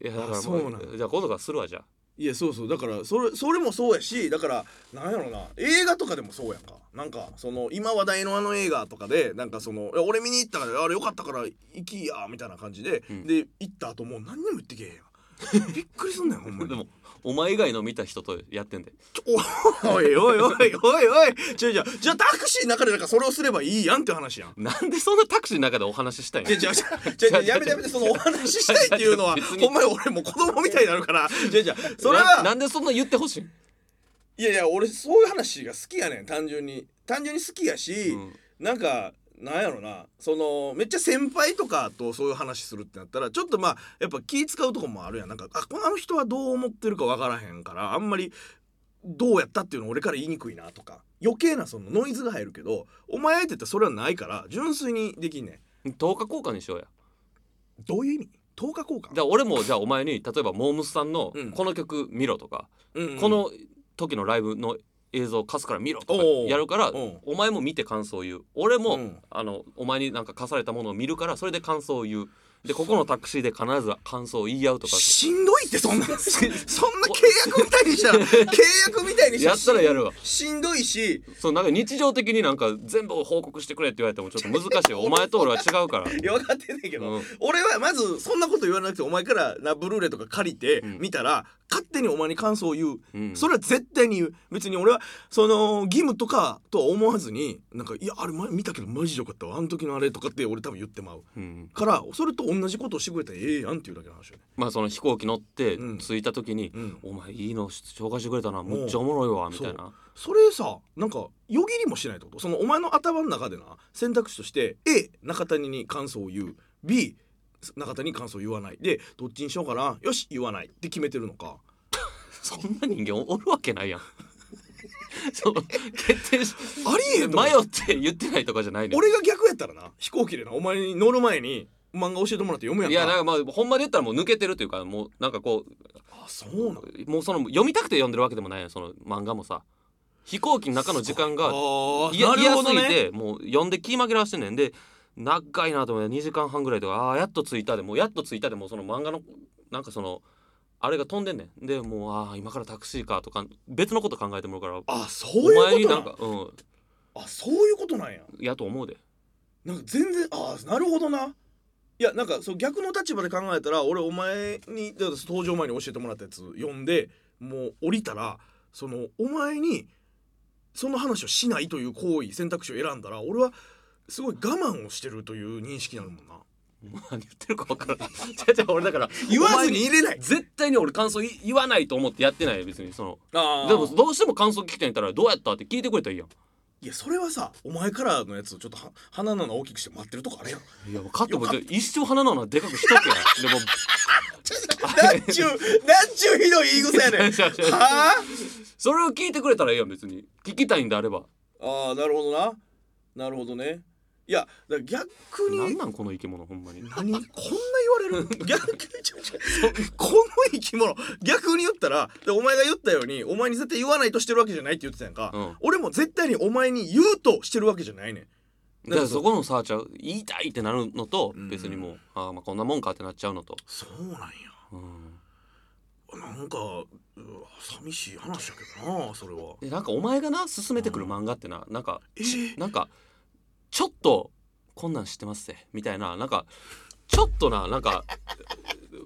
Speaker 4: いやだから
Speaker 5: あ
Speaker 4: も
Speaker 5: そう
Speaker 4: う
Speaker 5: なん
Speaker 4: じゃあ今度からするわじゃあ
Speaker 5: いやそうそうだからそれそれもそうやしだからなんやろな映画とかでもそうやんかなんかその今話題のあの映画とかでなんかそのいや俺見に行ったからあれよかったから行きやみたいな感じで、
Speaker 4: うん
Speaker 5: で行った後もう何にも言ってけえへ んやんびっくりすんねんほんまに
Speaker 4: でもお前以外の見た人とやってんで
Speaker 5: ちょおいおいおいおいおい違う違うじゃあタクシーの中でなんかそれをすればいいやんっていう話やん
Speaker 4: なんでそんなタクシーの中でお話ししたいの
Speaker 5: 違う違う違う違うやめてやめてそのお話ししたい っていうのは
Speaker 4: 別に
Speaker 5: ほんまに俺もう子供みたいになるから違う違うそれ
Speaker 4: な
Speaker 5: は
Speaker 4: なんでそんな言ってほしいん、
Speaker 5: いやいや俺そういう話が好きやねん単純に単純に好きやし、
Speaker 4: うん
Speaker 5: なんかなんやろなそのめっちゃ先輩とかとそういう話するってなったらちょっとまあやっぱ気使うとこもあるやんなんかあこのあの人はどう思ってるかわからへんからあんまりどうやったっていうの俺から言いにくいなとか余計なそのノイズが入るけどお前相手ってそれはないから純粋にできんね
Speaker 4: 10日交換にしようや
Speaker 5: んどういう意味10日交換
Speaker 4: じゃあ俺もじゃあお前に例えばモームスさんの
Speaker 5: うん
Speaker 4: この曲見ろとか、
Speaker 5: うんうん
Speaker 4: この時のライブの映像貸すから見ろとか
Speaker 5: おう
Speaker 4: やるから
Speaker 5: おう
Speaker 4: お前も見て感想を言う俺も、
Speaker 5: うん
Speaker 4: あのお前になんか貸されたものを見るからそれで感想を言うでここのタクシーで必ず感想を言い合うとか
Speaker 5: しんどいっ てそんなそんな契約みたいにしたら契約みたいにした
Speaker 4: やったらやるわ
Speaker 5: しんどいし
Speaker 4: そうなんか日常的になんか全部を報告してくれって言われてもちょっと難し いお前と俺は違うから
Speaker 5: いや分かってんねんけど、
Speaker 4: うん
Speaker 5: 俺はまずそんなこと言わなくてお前からなブルーレイとか借りて
Speaker 4: うん
Speaker 5: 見たら、勝手にお前に感想を言う、
Speaker 4: うん
Speaker 5: それは絶対に言う別に俺はその義務とかとは思わずになんか「いやあれ前見たけどマジでよかったわあの時のあれ」とかって俺多分言ってまう
Speaker 4: うん
Speaker 5: からそれと同じことをしてくれたらええやんっていうだけの話よね、
Speaker 4: まあその飛行機乗って
Speaker 5: うん
Speaker 4: 着いた時に
Speaker 5: うん
Speaker 4: 「お前いいの紹介してくれたなむっちゃおもろいわ」みたいな
Speaker 5: それさなんかよぎりもしないってことそのお前の頭の中でな選択肢として A 中谷に感想を言う B 中谷に感想を言わないでどっちにしようかなよし言わないって決めてるのか
Speaker 4: そんな人間おるわけないやん そう決定し
Speaker 5: ありえへんと思
Speaker 4: 迷
Speaker 5: う
Speaker 4: って言ってないとかじゃないねん
Speaker 5: 俺が逆やったらな飛行機でなお前に乗る前に漫画教えてもらって読むやん
Speaker 4: い
Speaker 5: か
Speaker 4: やなんかまあほんまで言ったらもう抜けてるというかもうなんかこ
Speaker 5: あそうなの
Speaker 4: うもうその読みたくて読んでるわけでもないのその漫画もさ飛行機の中の時間が
Speaker 5: あ
Speaker 4: い
Speaker 5: ー
Speaker 4: や
Speaker 5: なるほ
Speaker 4: 嫌
Speaker 5: ど
Speaker 4: すぎ
Speaker 5: ね
Speaker 4: てもう読んで気紛らわしてんねんで長いなと思って2時間半ぐらいとかああーやっと着いたでもうやっと着いたでもうその漫画のなんかそのあれが飛んでんねんでもうああ今からタクシーかとか別のこと考えてもらうから
Speaker 5: あそういうこと
Speaker 4: な
Speaker 5: な
Speaker 4: ん
Speaker 5: ん
Speaker 4: かうん
Speaker 5: あそういうことなんや
Speaker 4: やと思うで
Speaker 5: なんか全然ああなるほどないやなんかそう逆の立場で考えたら俺お前にだから登場前に教えてもらったやつ読んでもう降りたらそのお前にその話をしないという行為選択肢を選んだら俺はすごい我慢をしてるという認識になるもんな
Speaker 4: 何言ってるか分 からないじゃじゃ俺だから
Speaker 5: 言わず
Speaker 4: お前
Speaker 5: に入れない
Speaker 4: 絶対に俺感想い言わないと思ってやってないよ別にその
Speaker 5: あ
Speaker 4: でもどうしても感想聞きたいんやったらどうやったって聞いてくれたらいいやん
Speaker 5: いやそれはさお前からのやつをちょっとは鼻の穴大きくして待ってるとこあれやん
Speaker 4: いや分かっても一生鼻の穴でかくしとけや でも
Speaker 5: なんちゅうなんちゅうひどい言い草や ね
Speaker 4: 違う
Speaker 5: ん
Speaker 4: 違う
Speaker 5: はあ
Speaker 4: それを聞いてくれたらいいやん別に聞きたいんであれば
Speaker 5: ああなるほどななるほどねいやだから逆に
Speaker 4: なんなんこの生き物ほんまに
Speaker 5: 何こんな言 われる逆にちょちょこの生き物逆に言ったらでお前が言ったようにお前に絶対言わないとしてるわけじゃないって言ってたやんか、
Speaker 4: うん
Speaker 5: 俺も絶対にお前に言うとしてるわけじゃないねん
Speaker 4: だからそこのさちゃう言いたいってなるのと別にもうあーまあこんなもんかってなっちゃうのと
Speaker 5: そうなんや
Speaker 4: うん
Speaker 5: なんかうわ寂しい話だけどなそれは
Speaker 4: でなんかお前がな勧めてくる漫画ってななんか
Speaker 5: えー
Speaker 4: なんかちょっとこんなん知ってますぜみたいななんかちょっとななんか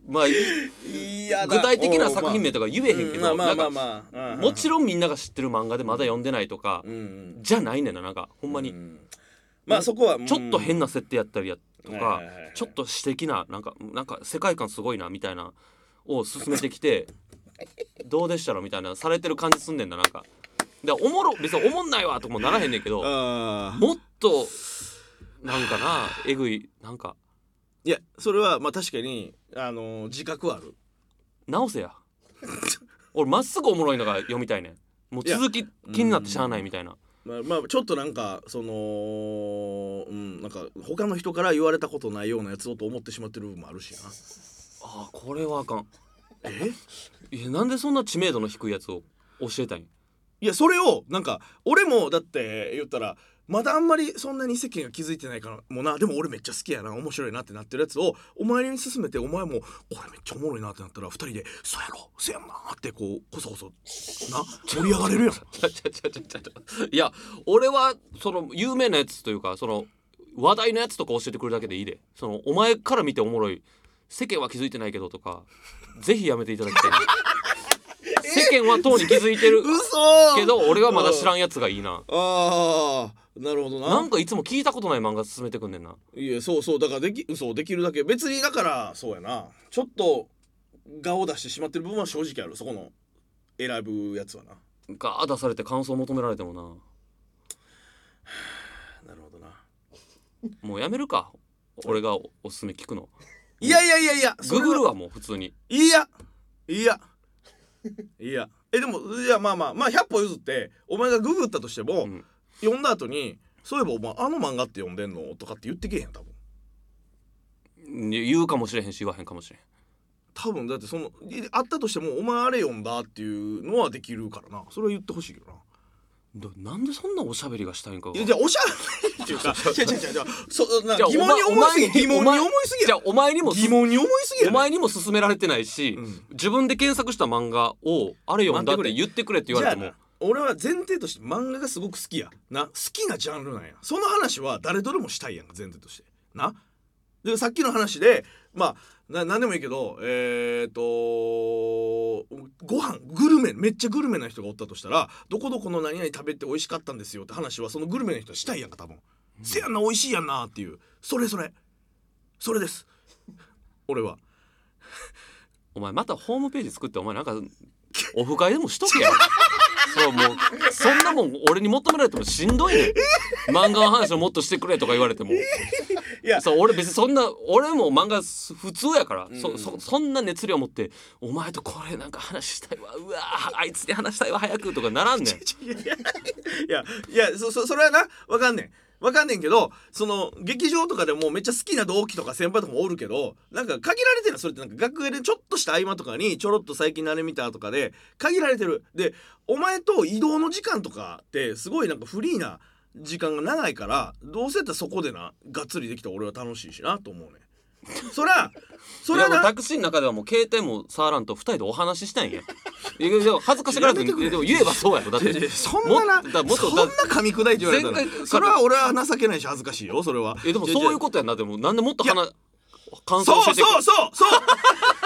Speaker 4: まあ
Speaker 5: いやだ
Speaker 4: 具体的な作品名とか言えへんけ
Speaker 5: まあ
Speaker 4: ど
Speaker 5: ま
Speaker 4: な
Speaker 5: あ
Speaker 4: ん
Speaker 5: まあ
Speaker 4: か
Speaker 5: まあ、まあ、
Speaker 4: もちろんみんなが知ってる漫画でまだ読んでないとか
Speaker 5: うんうん
Speaker 4: じゃないねんななんかほんま
Speaker 5: う
Speaker 4: に
Speaker 5: んまあそこは
Speaker 4: ちょっと変
Speaker 5: な
Speaker 4: な設定やったりやと
Speaker 5: は
Speaker 4: か
Speaker 5: いはいはい
Speaker 4: ちょっと私的ななんかなんか世界観すごいなみたいなを進めてき てどうでしたろみたいなされてる感じすんねんななんか。でおもろ別におもんないわともならへんねんけど
Speaker 5: あー
Speaker 4: もっとなんかなえぐいなんか
Speaker 5: いやそれはまあ確かにあのー自覚はある
Speaker 4: 直 せや俺まっすぐおもろいのが読みたいねんもう続き気になってしゃあないみたいな
Speaker 5: まあ、まあちょっとなんかそのうんなんか他の人から言われたことないようなやつをと思ってしまってる部分もあるしな
Speaker 4: ああこれはあかん
Speaker 5: え
Speaker 4: いやなんでそんな知名度の低いやつを教えたいん
Speaker 5: いやそれをなんか俺もだって言ったらまだあんまりそんなに世間が気づいてないからもなでも俺めっちゃ好きやな面白いなってなってるやつをお前に勧めてお前もこれめっちゃおもろいなってなったら二人で「そうやろそうやんな」ってこうこそこそな盛り上がれるやん
Speaker 4: ちゃちゃちゃちゃちゃちゃいや俺はその有名なやつというかその話題のやつとか教えてくれるだけでいいでそのお前から見ておもろい世間は気づいてないけどとかぜひやめていただき たいな世間はとうに気づいてる
Speaker 5: 嘘
Speaker 4: けど俺はまだ知ら
Speaker 5: ん
Speaker 4: んやつがいいな
Speaker 5: あーなるほどな
Speaker 4: なんかいつも聞いたことない漫画進めてくんねんない
Speaker 5: やそうそうだからでき嘘できるだけ別にだからそうやなちょっと顔を出してしまってる部分は正直あるそこの選ぶやつはな
Speaker 4: ガー出されて感想求められてもな
Speaker 5: なるほどな
Speaker 4: もうやめるか俺がおおすすめ聞くの
Speaker 5: いやいやいやいやそれ
Speaker 4: グ
Speaker 5: は
Speaker 4: グるはもう普通に
Speaker 5: いやいやいやえでもいやまあまあまあ100歩譲ってお前がググったとしても、
Speaker 4: うん
Speaker 5: 読んだ後にそういえばお前あの漫画って読んでんのとかって言ってけえへん多分
Speaker 4: 言うかもしれへんし言わへんかもしれん
Speaker 5: 多分だってそのいあったとしてもお前あれ読んだっていうのはできるからなそれは言ってほしいけどな
Speaker 4: どなんでそんなおしゃべりがしたいんかが
Speaker 5: いやじゃあおしゃれっていうか違う違う違う違うそなん
Speaker 4: じゃ
Speaker 5: か
Speaker 4: あ
Speaker 5: 疑問に
Speaker 4: お
Speaker 5: 思いす
Speaker 4: 前
Speaker 5: ぎ疑問に
Speaker 4: お前
Speaker 5: 思いすぎ
Speaker 4: じ
Speaker 5: や
Speaker 4: ゃあお前にもす
Speaker 5: 疑問に思いすぎや
Speaker 4: お前にも勧められてないし、
Speaker 5: うん
Speaker 4: 自分で検索した漫画をあれ読んだって言ってくれって言われて
Speaker 5: じゃ
Speaker 4: も
Speaker 5: あな俺は前提として漫画がすごく好きやな好きなジャンルなんやその話は誰とでもしたいやんか前提としてなでさっきの話でまあな何でもいいけどえー、とご飯グルメめっちゃグルメな人がおったとしたらどこどこの何々食べて美味しかったんですよって話はそのグルメの人はしたいやんか多分、せやんな美味しいやんなっていうそれそれそれです俺は
Speaker 4: お前またホームページ作ってお前なんかオフ会でもしとけ よそうもうそんなもん俺に求められてもしんどいねん漫画の話をもっとしてくれとか言われても
Speaker 5: いや
Speaker 4: そう俺別にそんな俺も漫画す普通やから、そそそんな熱量持ってお前とこれなんか話したいわうわあいつに話したいわ早くとかならんねん
Speaker 5: いや いやいやそそそれはなわかんねんわかんねんけどその劇場とかでもめっちゃ好きな同期とか先輩とかもおるけどなんか限られてるのそれってなんか学園でちょっとした合間とかにちょろっと最近のあれ見たとかで限られてるでお前と移動の時間とかってすごいなんかフリーな時間が長いからどうせやったらそこでながっつりできたら俺は楽しいしなと思うねんそらそ
Speaker 4: い
Speaker 5: ら
Speaker 4: やもう
Speaker 5: な
Speaker 4: タクシーの中ではもう携帯も触らんと二人でお話し したいんやいやいや恥ずかしがらずに
Speaker 5: やめてくれ
Speaker 4: でも言えばそうやろだっ
Speaker 5: いやい
Speaker 4: て
Speaker 5: やそんなな
Speaker 4: もっとだもっ
Speaker 5: そ
Speaker 4: と
Speaker 5: ん
Speaker 4: だ
Speaker 5: な噛み砕いて言われた
Speaker 4: 前回
Speaker 5: らそれは俺は情けないし恥ずかしいよそれは
Speaker 4: えでもそういうことやんなでもなんでもっと
Speaker 5: いや
Speaker 4: 話感想
Speaker 5: そう
Speaker 4: 教
Speaker 5: そ
Speaker 4: え
Speaker 5: う
Speaker 4: てくれ
Speaker 5: そうそう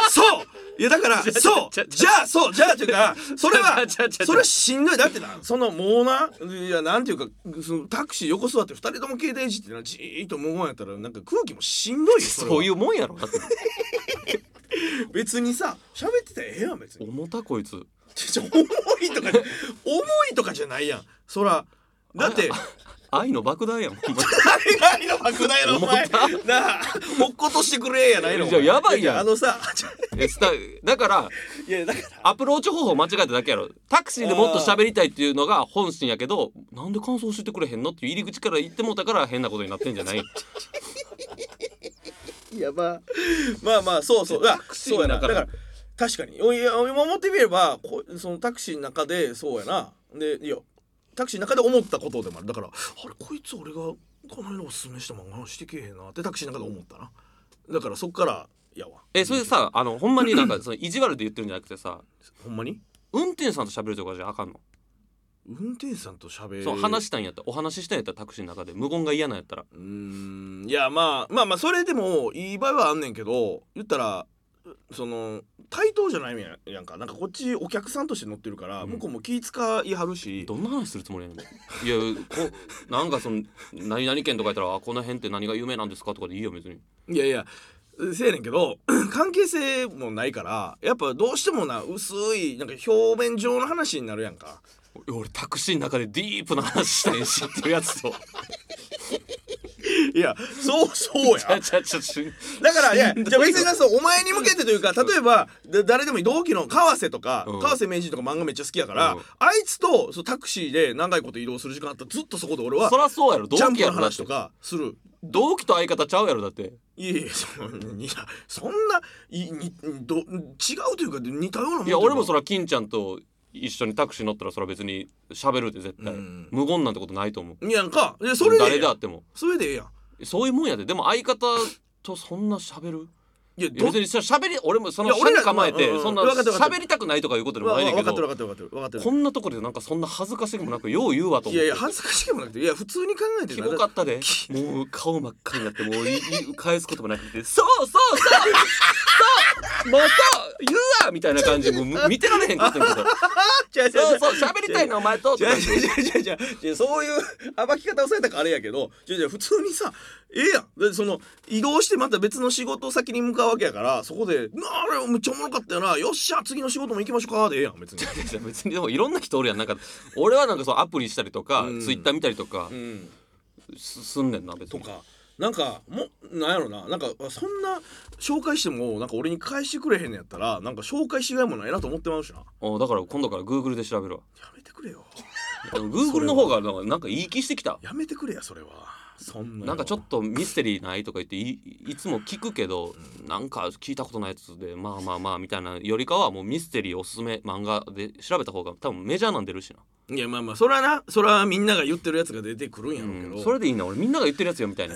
Speaker 5: そういやだから
Speaker 4: じゃ
Speaker 5: そう
Speaker 4: じゃ
Speaker 5: じゃあそうじゃあっていうかそれ は
Speaker 4: じゃじゃじゃ
Speaker 5: それはしんどいだってなそのもうないやなんていうかそのタクシー横座って二人とも携帯いじってなじーっと無言やったらなんか空気もしんどいよそれは
Speaker 4: そういうもんやろだって
Speaker 5: 別にさ喋ってたらええやん別に
Speaker 4: 重たこいつ
Speaker 5: ちょちょ重いとか重いとかじゃないやんそらだって
Speaker 4: 愛の爆弾やんほんま
Speaker 5: 何の爆弾やろお前
Speaker 4: 重た
Speaker 5: なあほっことしてくれやないの
Speaker 4: じゃあやばいやん
Speaker 5: あのさ
Speaker 4: にえスタだから
Speaker 5: いやだから
Speaker 4: アプローチ方法間違えただけやろタクシーでもっと喋りたいっていうのが本心やけどなんで感想教えてくれへんのっていう入り口から言ってもうたから変なことになってんじゃない
Speaker 5: いやまあまあまあそうそうあ
Speaker 4: タクシー
Speaker 5: そう
Speaker 4: の
Speaker 5: やな
Speaker 4: 中
Speaker 5: だから確かにおいや今思ってみればこそのタクシーの中でそうやなでいやタクシーの中で思ったことでもあるだからあれこいつ俺がこの間おすすめした漫画の話してけえへんなってタクシーの中で思ったなだからそっからやわ
Speaker 4: えそれでさあのほんまになんかその意地悪で言ってるんじゃなくてさ
Speaker 5: ほんまに
Speaker 4: 運転手さんと喋るとかじゃあかんの
Speaker 5: 運転手さんと喋る
Speaker 4: そう話したんやったらお話ししたんやったらタクシーの中で無言が嫌なんやったら
Speaker 5: うーんいやまあまあまあそれでもいい場合はあんねんけど言ったらその対等じゃないやんかなんかこっちお客さんとして乗ってるから、向こうも気使いはるし
Speaker 4: どんな話するつもりやねんいやこなんかその何々県とか言ったらあこの辺って何が有名なんですかとかでいいよ別に
Speaker 5: いやいやせやねんけど 関係性もないからやっぱどうしてもな薄いなんか表面上の話になるやんか
Speaker 4: 俺タクシーの中でディープな話したいしっていうやつと
Speaker 5: いやそうそうや
Speaker 4: ちゃちゃちゃ
Speaker 5: だからいや
Speaker 4: しんどい
Speaker 5: じゃあ別になそうお前に向けてというか例えばだ誰でもいい同期の川瀬とか、
Speaker 4: うん
Speaker 5: 川瀬名人とか漫画めっちゃ好きやから、
Speaker 4: うん
Speaker 5: あいつとそうタクシーで長いこと移動する時間あったらずっとそこで俺は
Speaker 4: そらそうやろ同
Speaker 5: ジャン
Speaker 4: 期
Speaker 5: プ
Speaker 4: や
Speaker 5: の
Speaker 4: ろだっ
Speaker 5: 話と
Speaker 4: て
Speaker 5: かする
Speaker 4: 同期と相方ちゃうやろだって
Speaker 5: いやいやそんいやそんないにど違うというか似たようなもん
Speaker 4: いや俺もそ
Speaker 5: れ
Speaker 4: ら金ちゃんと一緒にタクシー乗ったらそら別に喋るで絶対
Speaker 5: うん
Speaker 4: 無言なんてことないと思う
Speaker 5: いやんかでそれでええ
Speaker 4: 誰で
Speaker 5: や
Speaker 4: あ
Speaker 5: ん
Speaker 4: っても
Speaker 5: それでええやん
Speaker 4: そういうもんやででも相方とそんな喋る
Speaker 5: いや
Speaker 4: いや別
Speaker 5: に
Speaker 4: にしゃ喋り俺もそ
Speaker 5: い
Speaker 4: の
Speaker 5: や俺ら
Speaker 4: 社に構えて
Speaker 5: うんうん
Speaker 4: そんな
Speaker 5: 分かってる分かってる
Speaker 4: 喋りたくないとかいうことでもないねん
Speaker 5: 分
Speaker 4: け
Speaker 5: かってる分
Speaker 4: ど
Speaker 5: かってる分かってる分かってる
Speaker 4: こんなところでなんかそんな恥ずかしくもなくよう言うわと
Speaker 5: い
Speaker 4: 思っ
Speaker 5: やい
Speaker 4: て
Speaker 5: や恥ずかしくもなくていや普通に考えて
Speaker 4: キ
Speaker 5: な
Speaker 4: モかったでもう顔真っ赤になってもういい返すこともなくてそうそうそうそうもうそう言うわみたいな感じもうむ 見てられへんかったんやけど
Speaker 5: 違う違う
Speaker 4: そう
Speaker 5: 違う
Speaker 4: そう喋りたいなお前とと
Speaker 5: じ
Speaker 4: か
Speaker 5: ゃ
Speaker 4: 言
Speaker 5: あ
Speaker 4: って
Speaker 5: じゃあじゃあじゃあじゃあそういう暴き方をされたからあれやけどじゃあじゃあ普通にさええやんだってその移動してまた別の仕事先に向かうわけやからそこで「なああれめっちゃおもろかったよなよっしゃ次の仕事も行きましょうか」でええやん別に。
Speaker 4: いや別にでもいろんな人おるやんなんか俺はなんかそうアプリしたりとか、
Speaker 5: うん
Speaker 4: ツイッター見たりとか
Speaker 5: うん、
Speaker 4: すすんねんな別
Speaker 5: と
Speaker 4: に
Speaker 5: かなんかもなんやろななんかそんな紹介してもなんか俺に返してくれへんのやったらなんか紹介しがいもないなと思ってまうしな。
Speaker 4: おだから今度からグーグルで調べる わ
Speaker 5: やめてくれよ。
Speaker 4: グーグルの方がなんかなんかいい気してきた
Speaker 5: やめてくれやそれは。そんなの
Speaker 4: なんかちょっとミステリーないとか言っていいつも聞くけどなんか聞いたことないやつでまあまあまあみたいなよりかはもうミステリーおすすめ漫画で調べた方が多分メジャーなん出るしな、
Speaker 5: いやまあまあそれはなそれはみんなが言ってるやつが出てくるんや
Speaker 4: う
Speaker 5: ろうけど、
Speaker 4: ん、それでいいな俺みんなが言ってるやつよみたいな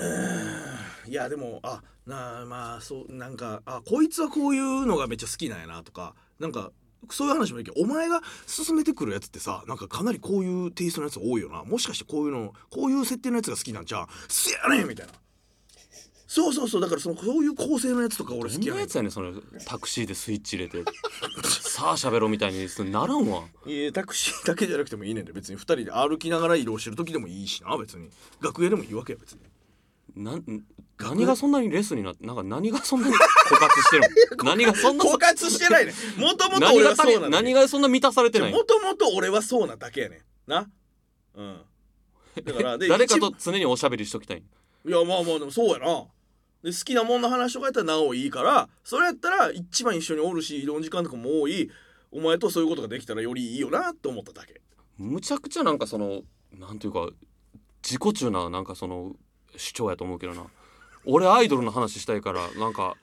Speaker 4: い
Speaker 5: やでもあなあまあそうなんかあこいつはこういうのがめっちゃ好きなんやなとかなんかそういう話もいいけどお前が勧めてくるやつってさなんかかなりこういうテイストのやつ多いよなもしかしてこういうのこういう設定のやつが好きなんじゃんすやねんみたいなそうそうそうだからそのそういう構成のやつとか俺好
Speaker 4: どん
Speaker 5: きや
Speaker 4: な
Speaker 5: ね
Speaker 4: や
Speaker 5: ん
Speaker 4: つやねんそのタクシーでスイッチ入れ てさあ喋ろうみたいにならんわ
Speaker 5: いやタクシーだけじゃなくてもいいねんで別に2人で歩きながら移動してる時でもいいしな別に楽屋でもいいわけや別に
Speaker 4: なん何がそんなにレスになってなんか何がそんなに枯渇して るの何がそんな
Speaker 5: 枯渇してないねんもともと
Speaker 4: 何
Speaker 5: 俺
Speaker 4: が
Speaker 5: は
Speaker 4: 足
Speaker 5: そう
Speaker 4: り
Speaker 5: なんだ
Speaker 4: 何がそんな満たされてないの
Speaker 5: もともと俺はそうなだけやねんなうんだからで
Speaker 4: 誰かと
Speaker 5: 一
Speaker 4: 常におしゃべりしときたい
Speaker 5: いやまあまあでもそうやなで好きなもんの話とかやったらなおいいからそれやったら一番一緒におるし移動時間とかも多いお前とそういうことができたらよりいいよなって思っただけ
Speaker 4: むちゃくちゃなんかそのなんていうか自己中ななんかその主張やと思うけどな俺アイドルの話したいからなんか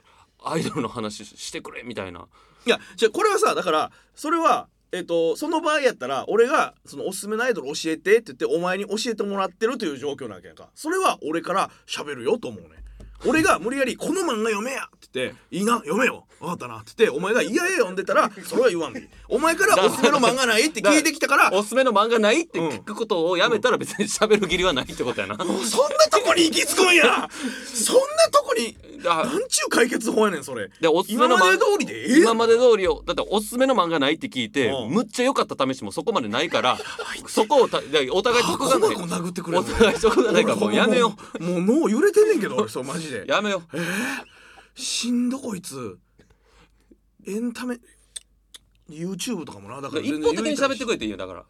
Speaker 4: アイドルの話ししてくれみたいない
Speaker 5: やじゃあこれはさだからそれはえっとその場合やったら俺がそのおすすめのアイドル教えてって言ってお前に教えてもらってるという状況なわけやんかそれは俺から喋るよと思うね俺が無理やり「この漫画読めや!」って言って「いいな読めよ分かったな」って言ってお前が「いやいや読んでたらそれは言わんでいいお前から「おすすめの漫画ない?」って聞いてきたから
Speaker 4: おすすめの漫画ないって聞くことをやめたら別にしゃべる義理はないってことや な、
Speaker 5: もうそんなとこに行き着くんやそんなとこに
Speaker 4: だ
Speaker 5: なんちゅう解決法やねんそれ
Speaker 4: でおすすめ
Speaker 5: 今
Speaker 4: の漫
Speaker 5: ま
Speaker 4: 画
Speaker 5: で通りでええや
Speaker 4: 今
Speaker 5: ん
Speaker 4: まで通りをだっておすすめの漫画ないって聞いて、
Speaker 5: うん
Speaker 4: むっちゃ良かった試しもそこまでない からそこをただからお互い得がない
Speaker 5: 箱箱殴ってくれ
Speaker 4: お互い得がないからもうやめよ
Speaker 5: うもうもう脳揺れてんねんけど俺そうマジで
Speaker 4: うやめよう
Speaker 5: しんどこいつエンタメ YouTube とかもなだ
Speaker 4: だ
Speaker 5: か
Speaker 4: からら一
Speaker 5: 全然
Speaker 4: 方的に喋って
Speaker 5: く
Speaker 4: くれていいよだから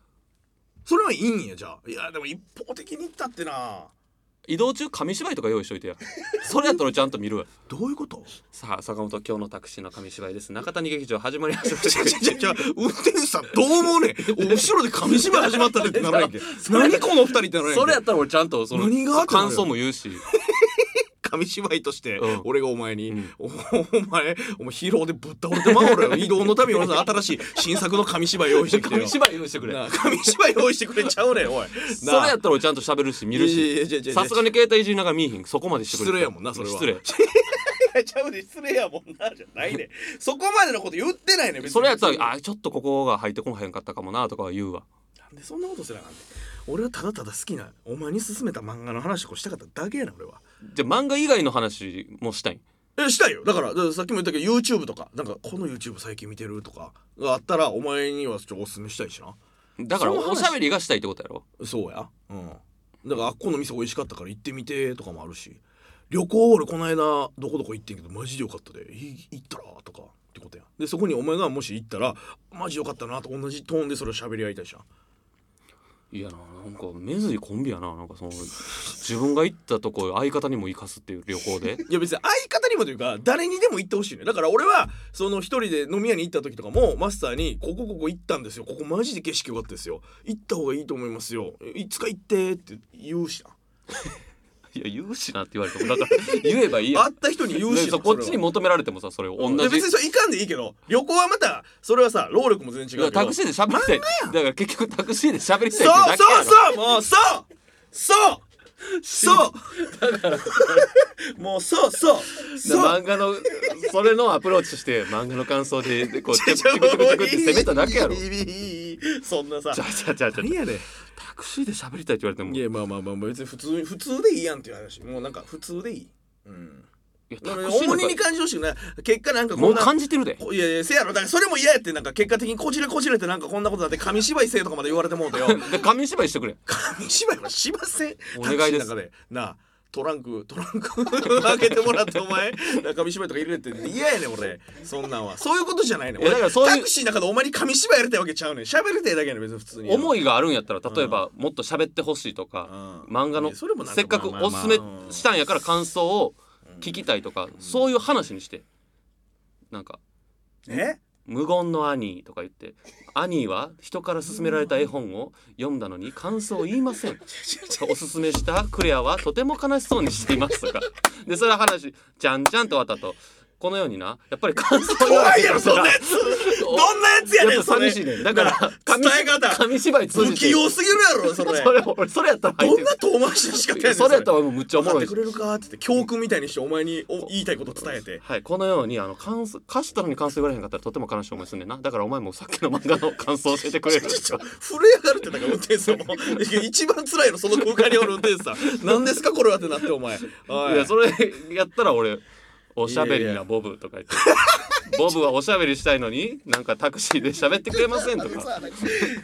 Speaker 5: それはいいんやじゃあいやでも一方的に言ったってな
Speaker 4: 移動中紙芝居とか用意しといてや それやったらちゃんと見るわ
Speaker 5: どういうこと
Speaker 4: さあ坂本今日のタクシーの紙芝居です中谷劇場始まりまし
Speaker 5: じゃ
Speaker 4: た
Speaker 5: じゃじゃ運転手さんどう思うねんお後ろで紙芝 居始まったでってならへんけん何この二人ってならへんけん
Speaker 4: それやったら俺ちゃんとその
Speaker 5: 何があったのよ
Speaker 4: 感想も言うし
Speaker 5: 紙芝居として
Speaker 4: うん
Speaker 5: 俺がお前に
Speaker 4: うん
Speaker 5: 「おお前お前疲労でぶっ倒れてまう俺移動のために俺さ新しい新作の紙芝居用意してくれよ
Speaker 4: 紙芝居用意してくれ
Speaker 5: なあ紙芝居用意してくれちゃうねんおい
Speaker 4: それ
Speaker 5: なあ
Speaker 4: やったら俺ちゃんと喋るし見る
Speaker 5: いやいやいやいやい
Speaker 4: し
Speaker 5: や
Speaker 4: さすがに携帯いじりながら見えへんそこまでしてくれ
Speaker 5: 失礼やもんなそれは
Speaker 4: 失礼
Speaker 5: やちゃうで失礼やもんなじゃないねそこまでのこと言ってないね別に
Speaker 4: それやったらあちょっとここが入ってこへんかったかもなとかは言うわ
Speaker 5: なんでそんなことすらなんで俺はただただ好きなお前に勧めた漫画の話とかしたかっただけやな俺は
Speaker 4: じゃあ漫画以外の話もしたい
Speaker 5: えしたいよだからだからさっきも言ったけど YouTube とかなんかこの YouTube 最近見てるとかがあったらお前にはちょっとおすすめしたいしな
Speaker 4: だから
Speaker 5: その話
Speaker 4: おしゃべりがしたいってことやろ
Speaker 5: そうやうんだからあっこの店美味しかったから行ってみてとかもあるし旅行俺この間どこどこ行ってんけどマジでよかったでい行ったらとかってことやでそこにお前がもし行ったらマジよかったなと同じトーンでそれを喋り合いたいじゃん
Speaker 4: いやななんか目ずいコンビやななんかその自分が行ったとこ相方にも行かすっていう旅行で
Speaker 5: いや別に相方にもというか誰にでも行ってほしいねだから俺はその一人で飲み屋に行った時とかもマスターに「ここここ行ったんですよここマジで景色良かったですよ行った方がいいと思いますよいつか行って」って言うし
Speaker 4: いや言うしなって言われてもだから言えばいい
Speaker 5: な
Speaker 4: や
Speaker 5: 会
Speaker 4: ん
Speaker 5: った人に言うし
Speaker 4: でそ
Speaker 5: な
Speaker 4: うこっちに
Speaker 5: も
Speaker 4: 求められてもさそれを同じ
Speaker 5: 別にそれいかんでいいけど旅行はまたそれはさ労力も全然
Speaker 4: い
Speaker 5: 違う
Speaker 4: や
Speaker 5: けど
Speaker 4: タクシーで喋りたいだから結局タクシーで喋りたいって
Speaker 5: そう
Speaker 4: だけや
Speaker 5: そ
Speaker 4: ろ
Speaker 5: うそうもうそうそうそうもうそうそう
Speaker 4: で
Speaker 5: そう
Speaker 4: 漫画のそれのアプローチとして漫画の感想ででこうチ
Speaker 5: ち
Speaker 4: ク
Speaker 5: ょ
Speaker 4: チ
Speaker 5: ちょ
Speaker 4: クチクチクって攻めただけやろ
Speaker 5: いい
Speaker 4: ち
Speaker 5: いいいいそんなさ
Speaker 4: ゃちゃちゃちゃ
Speaker 5: 何やねん
Speaker 4: タクシーで喋りたいって言われても
Speaker 5: いやまあまあまあ別に普通に普通でいいやんっていう話もうなんか普通でいいうん
Speaker 4: いやタクシー
Speaker 5: 重荷
Speaker 4: な
Speaker 5: に
Speaker 4: んか
Speaker 5: 感じてほしくない結果なんかこ
Speaker 4: も
Speaker 5: ん
Speaker 4: う
Speaker 5: な
Speaker 4: 感じてるで
Speaker 5: いやいやせやろだからそれも嫌やってなんか結果的にこじれこじれてなんかこんなことだって紙芝居せえとかまで言われてもうてよ
Speaker 4: で紙芝居してくれ
Speaker 5: 紙芝居はしません
Speaker 4: お願いです
Speaker 5: タクシーの中でなあトランクトランク 開けてもらってお前なんか紙芝居とか入れてって嫌やねん俺そんなんはそういうことじゃないねん
Speaker 4: いやだからそういう
Speaker 5: 俺タクシーの中でお前に紙芝居やりたいわけちゃうねん喋りたいだけやねん別に普通に
Speaker 4: 思いがあるんやったら例えばもっと喋ってほしいとか
Speaker 5: うん
Speaker 4: 漫画
Speaker 5: い
Speaker 4: の
Speaker 5: やそれもなんか
Speaker 4: せっかく
Speaker 5: まあまあ
Speaker 4: お
Speaker 5: まあ
Speaker 4: すすめしたんやから感想を聞きたいとかそういう話にしてなんか
Speaker 5: え
Speaker 4: 無言のアニーとか言ってアニーは人から勧められた絵本を読んだのに感想を言いませ んおすすめしたクレアはとても悲しそうにしています とかでそれは話じゃんじゃんと終わった後このようになやっぱり感想を言わ
Speaker 5: 怖
Speaker 4: れ
Speaker 5: い
Speaker 4: て
Speaker 5: やろ
Speaker 4: る
Speaker 5: そんなや
Speaker 4: や
Speaker 5: つどんなやつやね
Speaker 4: っ
Speaker 5: ん
Speaker 4: ぱ
Speaker 5: それ
Speaker 4: 寂しいねんだから紙
Speaker 5: 伝え方
Speaker 4: 紙芝居通
Speaker 5: 不
Speaker 4: じ
Speaker 5: 器
Speaker 4: て
Speaker 5: 用すぎるやろそ れ
Speaker 4: それ俺それやったら入っ
Speaker 5: ど
Speaker 4: てる
Speaker 5: んな遠回しの仕方やねん
Speaker 4: それやったらもうむっちゃおも
Speaker 5: 分かっ
Speaker 4: ろ
Speaker 5: て
Speaker 4: い
Speaker 5: くれるかっつって教訓みたいにしてお前にお言いたいこと伝えて
Speaker 4: はい、このようにあの感想歌詞たのに感想言われへんかったらとても悲しい思いすんねんなだからお前もさっきの漫画の感想を教えてくれる
Speaker 5: ちょ震え上がるってだから運転手さんも 一番辛いのその空間におる運転手さん何ですかこれはってなってお前お
Speaker 4: いやそれやったら俺「おしゃべりなボブ」とか言って「ボブはおしゃべりしたいのになんかタクシーで喋ってくれません」と か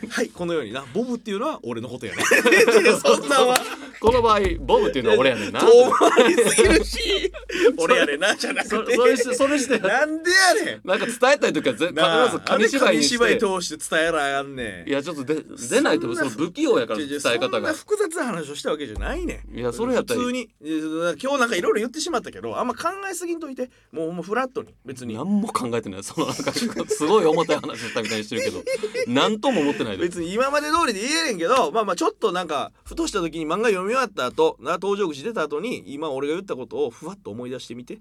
Speaker 5: はいこのようになボブっていうのは俺のことやねそん なんは
Speaker 4: この場合ボブっていうのは俺やねんな
Speaker 5: 遠回りすぎるし俺やねんなじゃな
Speaker 4: そ
Speaker 5: くて
Speaker 4: それしてそれして
Speaker 5: なんでやねん
Speaker 4: なんか伝えたい時はぜ必
Speaker 5: なあ
Speaker 4: ず紙芝居にし
Speaker 5: なんで
Speaker 4: て
Speaker 5: 紙芝居通して伝えらあんねん
Speaker 4: いやちょっとで出ないと
Speaker 5: そん
Speaker 4: そ
Speaker 5: な
Speaker 4: の不器用やから
Speaker 5: 違う違
Speaker 4: 伝
Speaker 5: う
Speaker 4: え方
Speaker 5: そんな
Speaker 4: が
Speaker 5: 複雑な話をしたわけじゃないねん
Speaker 4: いやそれやったら
Speaker 5: 普通にいやその今日なんかいろいろ言ってしまったけどあんま考えすぎんといてもうもうフラットに別に
Speaker 4: 何も考えてないそのなんかすごい重たい話したみたいにしてる けど何とも思ってないで
Speaker 5: 別に今まで通りで言えへんけどまあまあちょっとなんかふとした時に漫画読み終わった後な登場口出た後に今俺が言ったことをふわっと思い出してみて
Speaker 4: い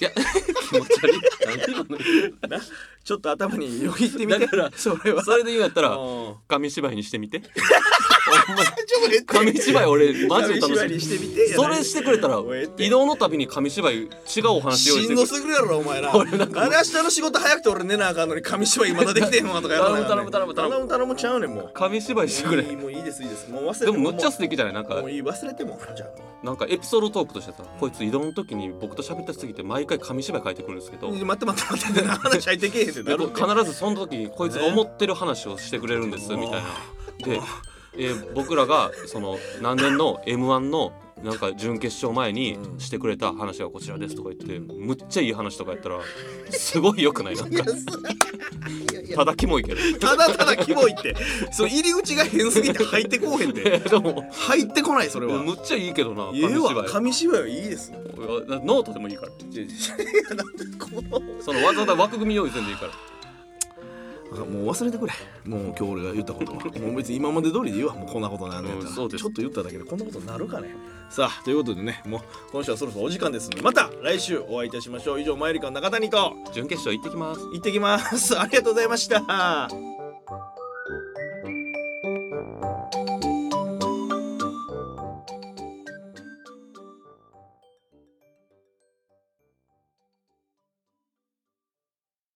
Speaker 4: や気持ち悪い何今の
Speaker 5: なちょっと頭によぎってみて
Speaker 4: だから
Speaker 5: それは
Speaker 4: それで言うんやったら
Speaker 5: うん
Speaker 4: 紙芝居にしてみて
Speaker 5: ちょっと
Speaker 4: 紙芝居俺マジで
Speaker 5: 紙
Speaker 4: 楽
Speaker 5: 芝
Speaker 4: し
Speaker 5: 居に
Speaker 4: み
Speaker 5: してみて
Speaker 4: それしてくれたら
Speaker 5: もうええって
Speaker 4: 移動のたびに紙芝居違うお話用意し
Speaker 5: しん
Speaker 4: て
Speaker 5: ど
Speaker 4: く
Speaker 5: すぎるやろお前らあれ明日の仕事早くて俺寝なあかんのに紙芝居まだできてへんわとかやらなあかん
Speaker 4: 頼
Speaker 5: ねん
Speaker 4: む頼む
Speaker 5: 頼む頼むちゃうねんもう
Speaker 4: 紙芝居してく
Speaker 5: いい
Speaker 4: れ
Speaker 5: もういいですいいですもう忘れて
Speaker 4: でもむっちゃ素
Speaker 5: も
Speaker 4: 敵じゃないなん
Speaker 5: う
Speaker 4: か
Speaker 5: もういい忘れてもじゃあも
Speaker 4: なんかエピソードトークとしてさこいつ移動の時に僕と喋ったすぎて毎回紙芝居書いてくるんですけど
Speaker 5: う待って待って待ってってな話入ってけえへんってな
Speaker 4: で
Speaker 5: る
Speaker 4: こ
Speaker 5: って
Speaker 4: 必ずその時にこいつが思ってる話をしてくれるんですみたいな。で、えー僕らがその何年の m 1のなんか準決勝前にしてくれた話がこちらですとか言ってむっちゃいい話とかやったらすごい良くないなんかただキモいけど
Speaker 5: ただただキモいってその入り口が変すぎて入ってこうへんって
Speaker 4: でも
Speaker 5: 入ってこないそれは
Speaker 4: むっちゃいいけどな紙
Speaker 5: ええわ
Speaker 4: 芝
Speaker 5: 紙芝居はいいです
Speaker 4: 居いやノートでもいいから
Speaker 5: いやいやなんでこの
Speaker 4: そのわざわざ枠組み用意せんでいいから
Speaker 5: あもう忘れてくれもう今日俺が言った ことはもう別に今まで通りでいいわもうこんなことなんねんやっ
Speaker 4: う
Speaker 5: た
Speaker 4: ん
Speaker 5: らち
Speaker 4: そ
Speaker 5: ょ
Speaker 4: う
Speaker 5: っ
Speaker 4: です
Speaker 5: と言っただけでこんなことになるかねさあということでねもう今週はそろそろお時間ですのでまた来週お会いいたしましょう以上マユリカの中谷と
Speaker 4: 準決勝行ってきます
Speaker 5: 行ってきますありがとうございました